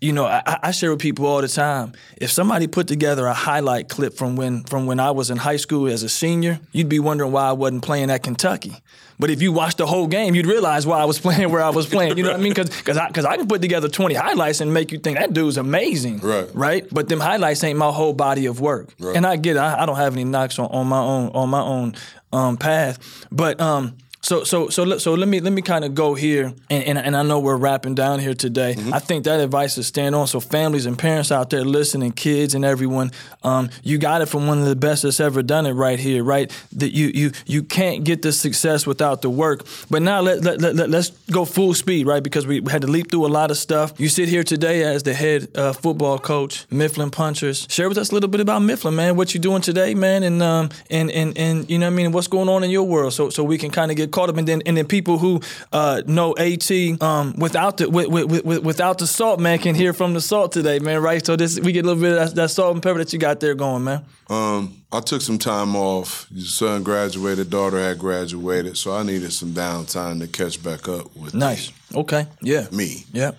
S1: You know, I, I- I share with people all the time. If somebody put together a highlight clip from when from when I was in high school as a senior, you'd be wondering why I wasn't playing at Kentucky. But if you watched the whole game, you'd realize why I was playing where I was playing. You know what I mean? Because I, cause I can put together 20 highlights and make you think that dude's amazing
S2: Right.
S1: right? But them highlights ain't my whole body of work.
S2: Right.
S1: And I get it. I, I don't have any knocks on, on my own on my own um, path. But um, so so so let, so let me let me kind of go here, and, and and I know we're wrapping down here today. I think that advice is stand on. So families and parents out there listening, kids and everyone, um, you got it from one of the best that's ever done it right here, right? That you you you can't get the success without the work. But now let, let, let, let let's go full speed, right? Because we had to leap through a lot of stuff. You sit here today as the head uh, football coach, Mifflin Punchers. Share with us a little bit about Mifflin, man. What you doing today, man? And um and and and you know what I mean. What's going on in your world? So so we can kind of get caught up. And then and then people who uh, know AT um without the with, with, with, without the salt, man, can hear from the salt today, man. Right. So this we get a little bit of that, that salt and pepper that you got there going, man.
S2: Um, I took some time off. Your son graduated, daughter had graduated, so I needed some downtime to catch back up with
S1: Nice. Okay. Yeah.
S2: me.
S1: Yeah.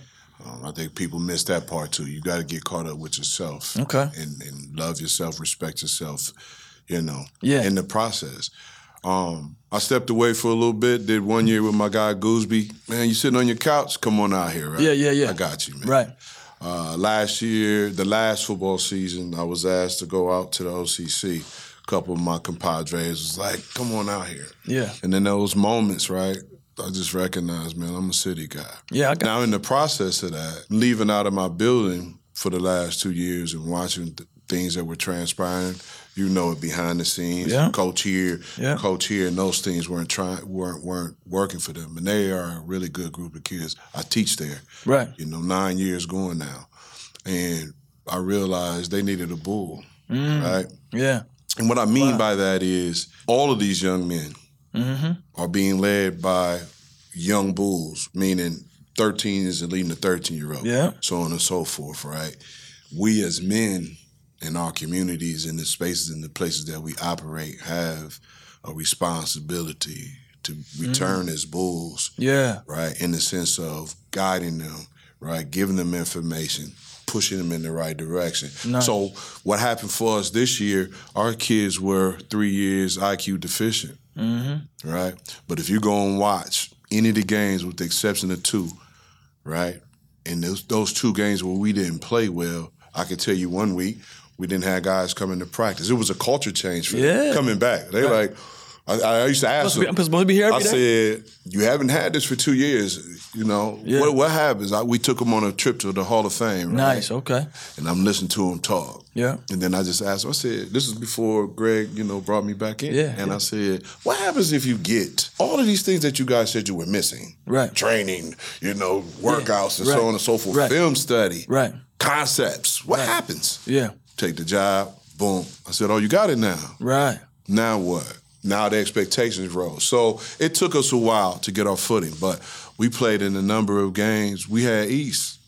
S2: Um, I think people miss that part too. You got to get caught up with yourself,
S1: Okay.
S2: and and love yourself, respect yourself, you know,
S1: Yeah.
S2: in the process. Um, I stepped away for a little bit. Did one year with my guy Gooseby. Man, you sitting on your couch? Come on out here, right?
S1: Yeah, yeah, yeah.
S2: I got you, man.
S1: Right.
S2: Uh, last year, the last football season, I was asked to go out to the OCC. A couple of my compadres was like, "Come on out here."
S1: Yeah.
S2: And in those moments, right, I just recognized, man, I'm a city guy.
S1: Yeah. I got.
S2: Now, in the process of that, leaving out of my building for the last two years and watching th- things that were transpiring, you know it behind the scenes.
S1: Yeah.
S2: Coach here,
S1: Yeah.
S2: coach here, and those things weren't trying, weren't weren't working for them. And they are a really good group of kids. I teach there,
S1: Right.
S2: you know, nine years going now, and I realized they needed a bull,
S1: Mm.
S2: right?
S1: Yeah.
S2: And what I mean by that is all of these young men are being led by young bulls, meaning 13 is leading the 13 year old,
S1: Yeah.
S2: so on and so forth, right? We as men in our communities, in the spaces, in the places that we operate, have a responsibility to return as bulls
S1: Yeah.
S2: right? In the sense of guiding them, right? Giving them information, pushing them in the right direction.
S1: Nice.
S2: So, what happened for us this year, our kids were three years IQ deficient, mm-hmm. right? But if you go and watch any of the games, with the exception of two, right? And those, those two games where we didn't play well, I could tell you one week, we didn't have guys coming to practice. It was a culture change for them
S1: Yeah.
S2: coming back. They like, I, I used to ask
S1: Supposed to be-
S2: them,
S1: I'm supposed to be here every
S2: I
S1: day.
S2: said, "You haven't had this for two years. You know what? What happens? I, we took him on a trip to the Hall of Fame, right?
S1: Nice. Okay.
S2: And I'm listening to him talk.
S1: Yeah.
S2: And then I just asked. him, I said, "This is before Greg, you know, brought me back in."
S1: Yeah,
S2: And
S1: yeah.
S2: I said, "What happens if you get all of these things that you guys said you were missing?
S1: Right.
S2: Training, you know, workouts, and
S1: Right.
S2: so on and so forth.
S1: Right.
S2: Film study,
S1: Right.
S2: Concepts. What happens?
S1: Yeah.
S2: Take the job. Boom. I said, "Oh, you got it now."
S1: Right.
S2: Now what? Now the expectations rose. So it took us a while to get our footing, but we played in a number of games. We had East,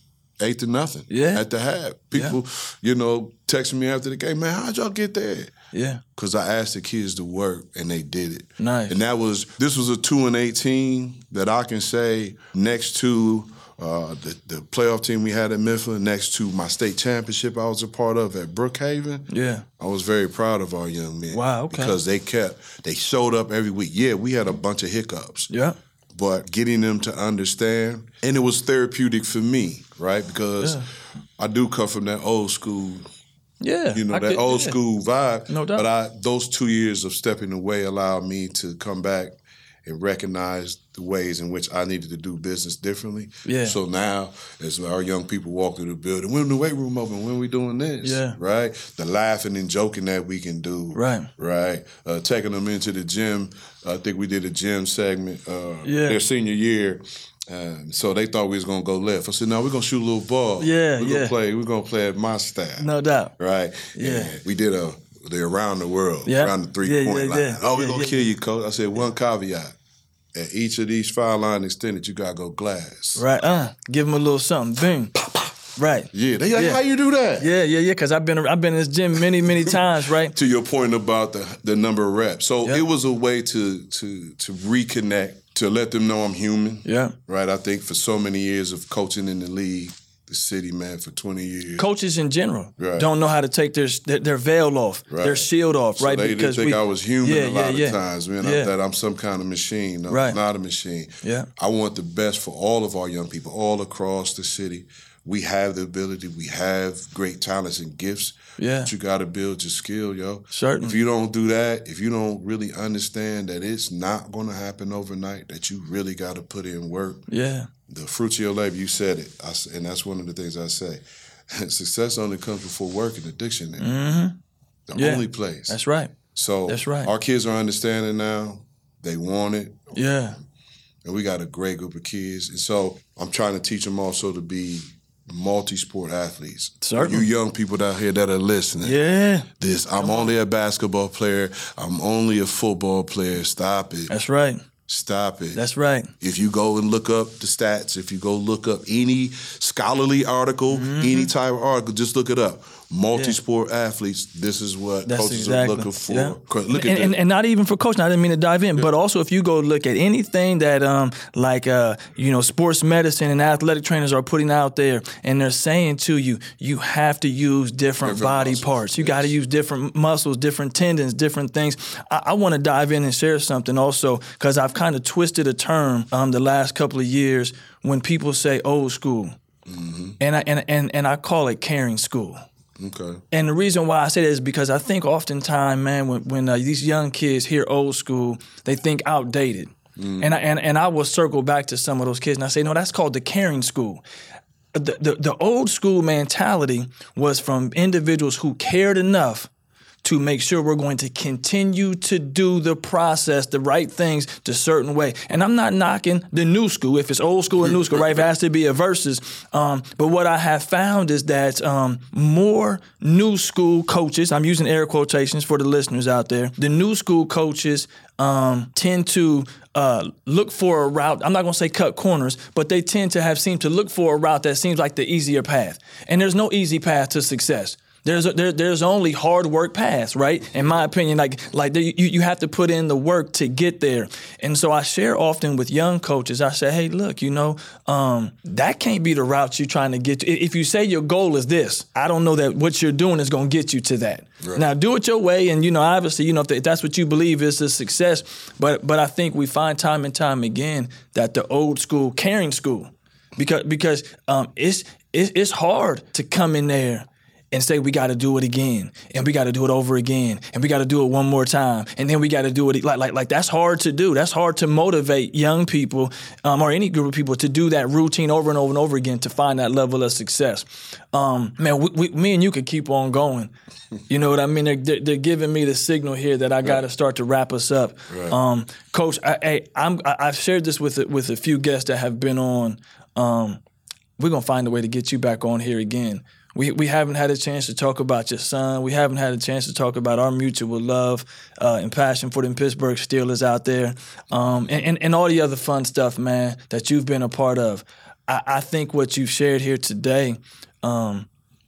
S2: eight to nothing
S1: Yeah.
S2: at the half. People, you know, texting me after the game, man, how'd y'all get there?
S1: Yeah.
S2: Because I asked the kids to work and they did it.
S1: Nice.
S2: And that was, this was a 2 and 18 that I can say next to uh, the, the playoff team we had at Mifflin, next to my state championship I was a part of at Brookhaven.
S1: Yeah.
S2: I was very proud of our young men.
S1: Wow, okay.
S2: Because they kept, they showed up every week. Yeah, we had a bunch of hiccups,
S1: Yeah.
S2: but getting them to understand, and it was therapeutic for me, right? Because I do come from that old school,
S1: Yeah.
S2: you know,
S1: I
S2: that
S1: could-
S2: old
S1: yeah.
S2: school vibe.
S1: No doubt.
S2: But I, those two years of stepping away allowed me to come back and recognized the ways in which I needed to do business differently.
S1: Yeah.
S2: So now, as our young people walk through the building, when the weight room open, when we doing this,
S1: Yeah.
S2: right? The laughing and joking that we can do,
S1: Right.
S2: right? Uh, taking them into the gym. I think we did a gym segment uh,
S1: Yeah.
S2: their senior year. Um, so they thought we was gonna go left. I said, "No, we're gonna shoot a little ball.
S1: Yeah,
S2: we're
S1: yeah.
S2: gonna play. We're gonna play at my style,
S1: No doubt.
S2: right?
S1: Yeah.
S2: And we did a the around the world,
S1: Yeah.
S2: around the three
S1: Yeah,
S2: point
S1: yeah,
S2: line.
S1: yeah.
S2: Oh, we're
S1: Yeah,
S2: gonna
S1: yeah.
S2: kill you, coach. I said, one caveat: at each of these foul line extended, you gotta go glass.
S1: Right. Uh. Give them a little something. Boom. Right.
S2: Yeah, they like,
S1: Yeah.
S2: how you do that?
S1: Yeah, yeah, yeah. Because I've been I've been in this gym many, many times. Right.
S2: to your point about the the number of reps. So
S1: Yeah.
S2: it was a way to to to reconnect, to let them know I'm human.
S1: Yeah.
S2: Right. I think for so many years of coaching in the league, the city man for twenty years.
S1: Coaches in general
S2: Right.
S1: don't know how to take their their, their veil off, their
S2: Right.
S1: shield off, right?
S2: So they didn't think I was human
S1: Yeah,
S2: a lot
S1: yeah,
S2: of
S1: yeah.
S2: times, man. I-
S1: Yeah.
S2: that I'm some kind of machine. No,
S1: Right.
S2: I'm not a machine.
S1: Yeah.
S2: I want the best for all of our young people all across the city. We have the ability. We have great talents and gifts.
S1: Yeah.
S2: But you got to build your skill, yo.
S1: Certain.
S2: If you don't do that, if you don't really understand that it's not going to happen overnight, that you really got to put in work,
S1: yeah.
S2: the fruits of your labor, you said it. I s and that's one of the things I say. Success only comes before work in the dictionary. The
S1: Mm-hmm. Yeah.
S2: only place.
S1: That's right.
S2: so
S1: that's right.
S2: our kids are understanding now. They want it
S1: Yeah.
S2: and we got a great group of kids. And so I'm trying to teach them also to be multi-sport athletes.
S1: Certainly.
S2: You young people out here that are listening.
S1: Yeah.
S2: This I'm only a basketball player. I'm only a football player. Stop it.
S1: That's right.
S2: Stop it.
S1: That's right.
S2: if you go and look up the stats, if you go look up any scholarly article,
S1: Mm-hmm.
S2: any type of article, just look it up. Multi-sport athletes. This is what
S1: That's
S2: coaches
S1: exactly.
S2: are looking for.
S1: Yeah.
S2: Look at
S1: and,
S2: that.
S1: and, and not even for coaching. I didn't mean to dive in, but also if you go look at anything that, um, like, uh, you know, sports medicine and athletic trainers are putting out there, and they're saying to you, you have to use different,
S2: Different
S1: body
S2: muscles,
S1: parts. You got to use different muscles, different tendons, different things. I, I want to dive in and share something also because I've kind of twisted a term um, the last couple of years when people say old school,
S2: Mm-hmm.
S1: and I and and and I call it caring school.
S2: okay.
S1: And the reason why I say that is because I think oftentimes, man, when, when uh, these young kids hear old school, they think outdated. And, I, and, and I will circle back to some of those kids and I say, no, that's called the caring school. The, the, the old school mentality was from individuals who cared enough to make sure we're going to continue to do the process, the right things, the certain way. And I'm not knocking the new school, if it's old school and new school, right? If it has to be a versus. Um, but what I have found is that um, more new school coaches, I'm using air quotations for the listeners out there, the new school coaches um, tend to uh, look for a route. I'm not going to say cut corners, but they tend to have seemed to look for a route that seems like the easier path. And there's no easy path to success. There's a, there, there's only hard work paths, right? In my opinion, like like there, you you have to put in the work to get there. And so I share often with young coaches. I say, hey, look, you know, um, that can't be the route you're trying to get. To. I- If you say your goal is this, I don't know that what you're doing is going to get you to that. Now do it your way, and you know, obviously, you know, if, that- if that's what you believe is the success. But but I think we find time and time again that the old school caring school, because because um, it's it's, it's hard to come in there and say we got to do it again and we got to do it over again and we got to do it one more time and then we got to do it like like like that's hard to do that's hard to motivate young people um, or any group of people to do that routine over and over and over again to find that level of success um, man we, we, me and you could keep on going you know what i mean they're, they're, they're giving me the signal here that i got to start to wrap us up um, coach I, I, I'm, I, i've shared this with, a- with a few guests that have been on um, we're gonna find a way to get you back on here again. We we haven't had a chance to talk about your son. We haven't had a chance to talk about our mutual love uh, and passion for them Pittsburgh Steelers out there, um, and, and and all the other fun stuff, man, that you've been a part of. I, I think what you've shared here today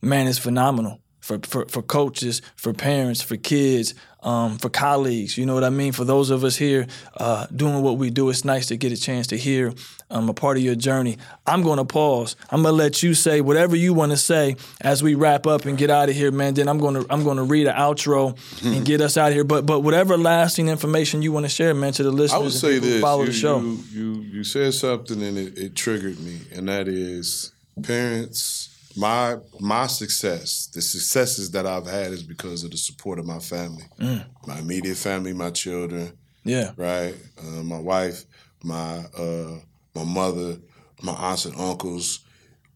S1: man, it's phenomenal for, for, for coaches, for parents, for kids, um, for colleagues. You know what I mean? For those of us here uh, doing what we do, it's nice to get a chance to hear um, a part of your journey. I'm going to pause. I'm going to let you say whatever you want to say as we wrap up and get out of here, man. Then I'm going to I'm going to read an outro and get us out of here. But but whatever lasting information you want to share, man, to the listeners,
S2: I would
S1: and
S2: say
S1: people who
S2: this:
S1: follow
S2: you,
S1: the show.
S2: You, you you said something and it, it triggered me, and that is parents. My my success, the
S1: Mm.
S2: successes that I've had, is because of the support of my family, my immediate family, my children,
S1: Yeah.
S2: right? Uh, my wife, my uh, my mother, my aunts and uncles,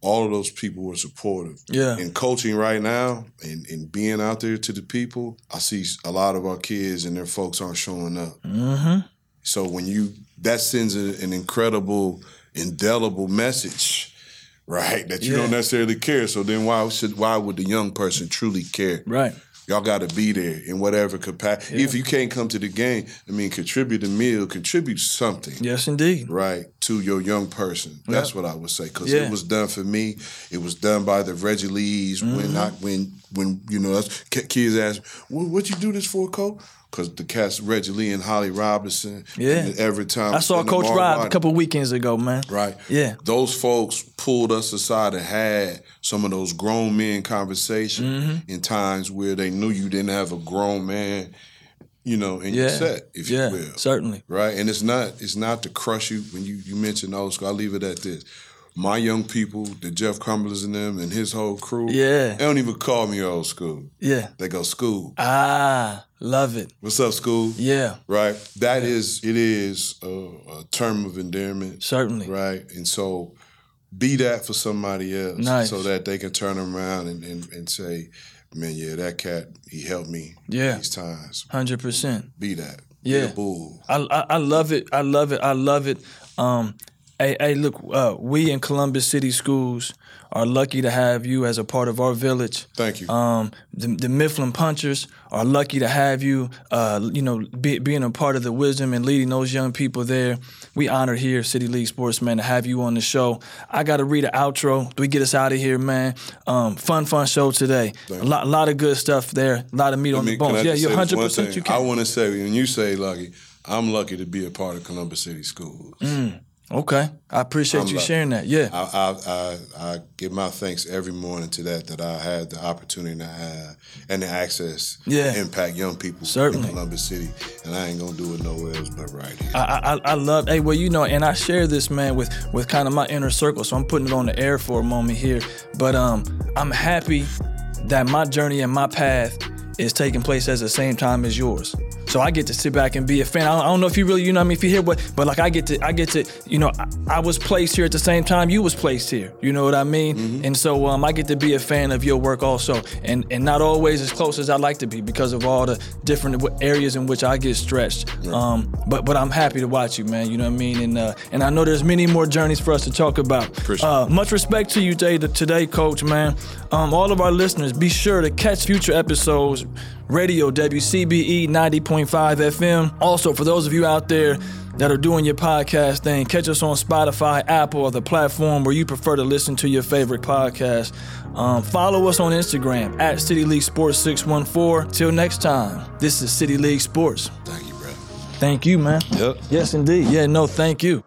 S2: all of those people were supportive.
S1: Yeah.
S2: In coaching right now and, and being out there to the people, I see a lot of our kids and their folks aren't showing up.
S1: Mm-hmm.
S2: So when you that sends a, an incredible, indelible message, right? That you
S1: Yeah.
S2: don't necessarily care. So then why should why would the young person truly care?
S1: Right.
S2: Y'all got to be there in whatever capacity. If you can't come to the game, I mean, contribute a meal, contribute something,
S1: Yes, indeed.
S2: right, to your young person. That's what I would say because
S1: Yeah.
S2: it was done for me. It was done by the Reggie Lees when I
S1: Mm-hmm.
S2: when when you know us ki- kids ask, "What what you do this for, Coach?" Because the cats Reggie Lee and Holly Robinson.
S1: Yeah.
S2: and every time
S1: I saw
S2: and
S1: Coach
S2: Amar
S1: Rob a
S2: Rodney,
S1: couple weekends ago, man.
S2: Right.
S1: Yeah.
S2: Those folks pulled us aside and had some of those grown men conversations
S1: Mm-hmm.
S2: in times where they knew you didn't have a grown man, you know, in your
S1: Yeah.
S2: set, if
S1: yeah.
S2: you will.
S1: Certainly.
S2: Right. And it's not it's not to crush you when you, you mention old school. I leave it at this. My young people, the Jeff Cumberlands and them and his whole crew,
S1: Yeah.
S2: they don't even call me old school.
S1: Yeah.
S2: They go, school.
S1: Ah, love it.
S2: What's up, school?
S1: Yeah.
S2: Right. That is it is a, a term of endearment.
S1: Certainly.
S2: Right. And so be that for somebody else
S1: Nice.
S2: so that they can turn around and, and, and say, man, yeah, that cat, he helped me
S1: Yeah.
S2: these times.
S1: Hundred percent.
S2: Be that. Be
S1: Yeah.
S2: a bull.
S1: I, I I love it. I love it. I love it. Um, hey, hey, look, uh, we in Columbus City Schools are lucky to have you as a part of our village.
S2: Thank you.
S1: Um, the, the Mifflin Punchers are lucky to have you. Uh, you know, be, being a part of the wisdom and leading those young people there. We honored here, at City League Sports, man, to have you on the show. I got to read an outro. We get us out of here, man. Um, fun, fun show today. A lot, lot of good stuff there. A lot of meat on
S2: I
S1: the
S2: mean, can I
S1: bones. Yeah,
S2: just
S1: you're
S2: say this one
S1: 100%.
S2: thing?
S1: You
S2: I
S1: can.
S2: want to say, when you say lucky, I'm lucky to be a part of Columbus City Schools.
S1: Mm. okay. I appreciate
S2: I'm
S1: you
S2: lucky.
S1: sharing that. Yeah.
S2: I, I, I, I give my thanks every morning to that, that I had the opportunity to have and the access
S1: Yeah.
S2: to impact young people
S1: Certainly.
S2: in Columbus City. And I ain't going to do it nowhere else but right here.
S1: I, I, I love hey well you know and i share this man with with kind of my inner circle so i'm putting it on the air for a moment here but um i'm happy that my journey and my path is taking place at the same time as yours so i get to sit back and be a fan i don't, I don't know if you really you know what i mean if you hear what but like i get to i get to you know I, I was placed here at the same time you was placed here you know what i mean and so um i get to be a fan of your work also and and not always as close as i like to be because of all the different w- areas in which i get stretched um but but i'm happy to watch you man you know what i mean and uh and i know there's many more journeys for us to talk about
S2: Appreciate
S1: uh, much respect to you today, today coach man um all of our listeners be sure to catch future episodes radio wcbe 90.5 fm also for those of you out there that are doing your podcast thing catch us on spotify apple or the platform where you prefer to listen to your favorite podcast um, follow us on instagram at city league sports 614 till next time this is city league sports
S2: Thank you, brother.
S1: thank you man
S2: Yep.
S1: yes indeed yeah no thank you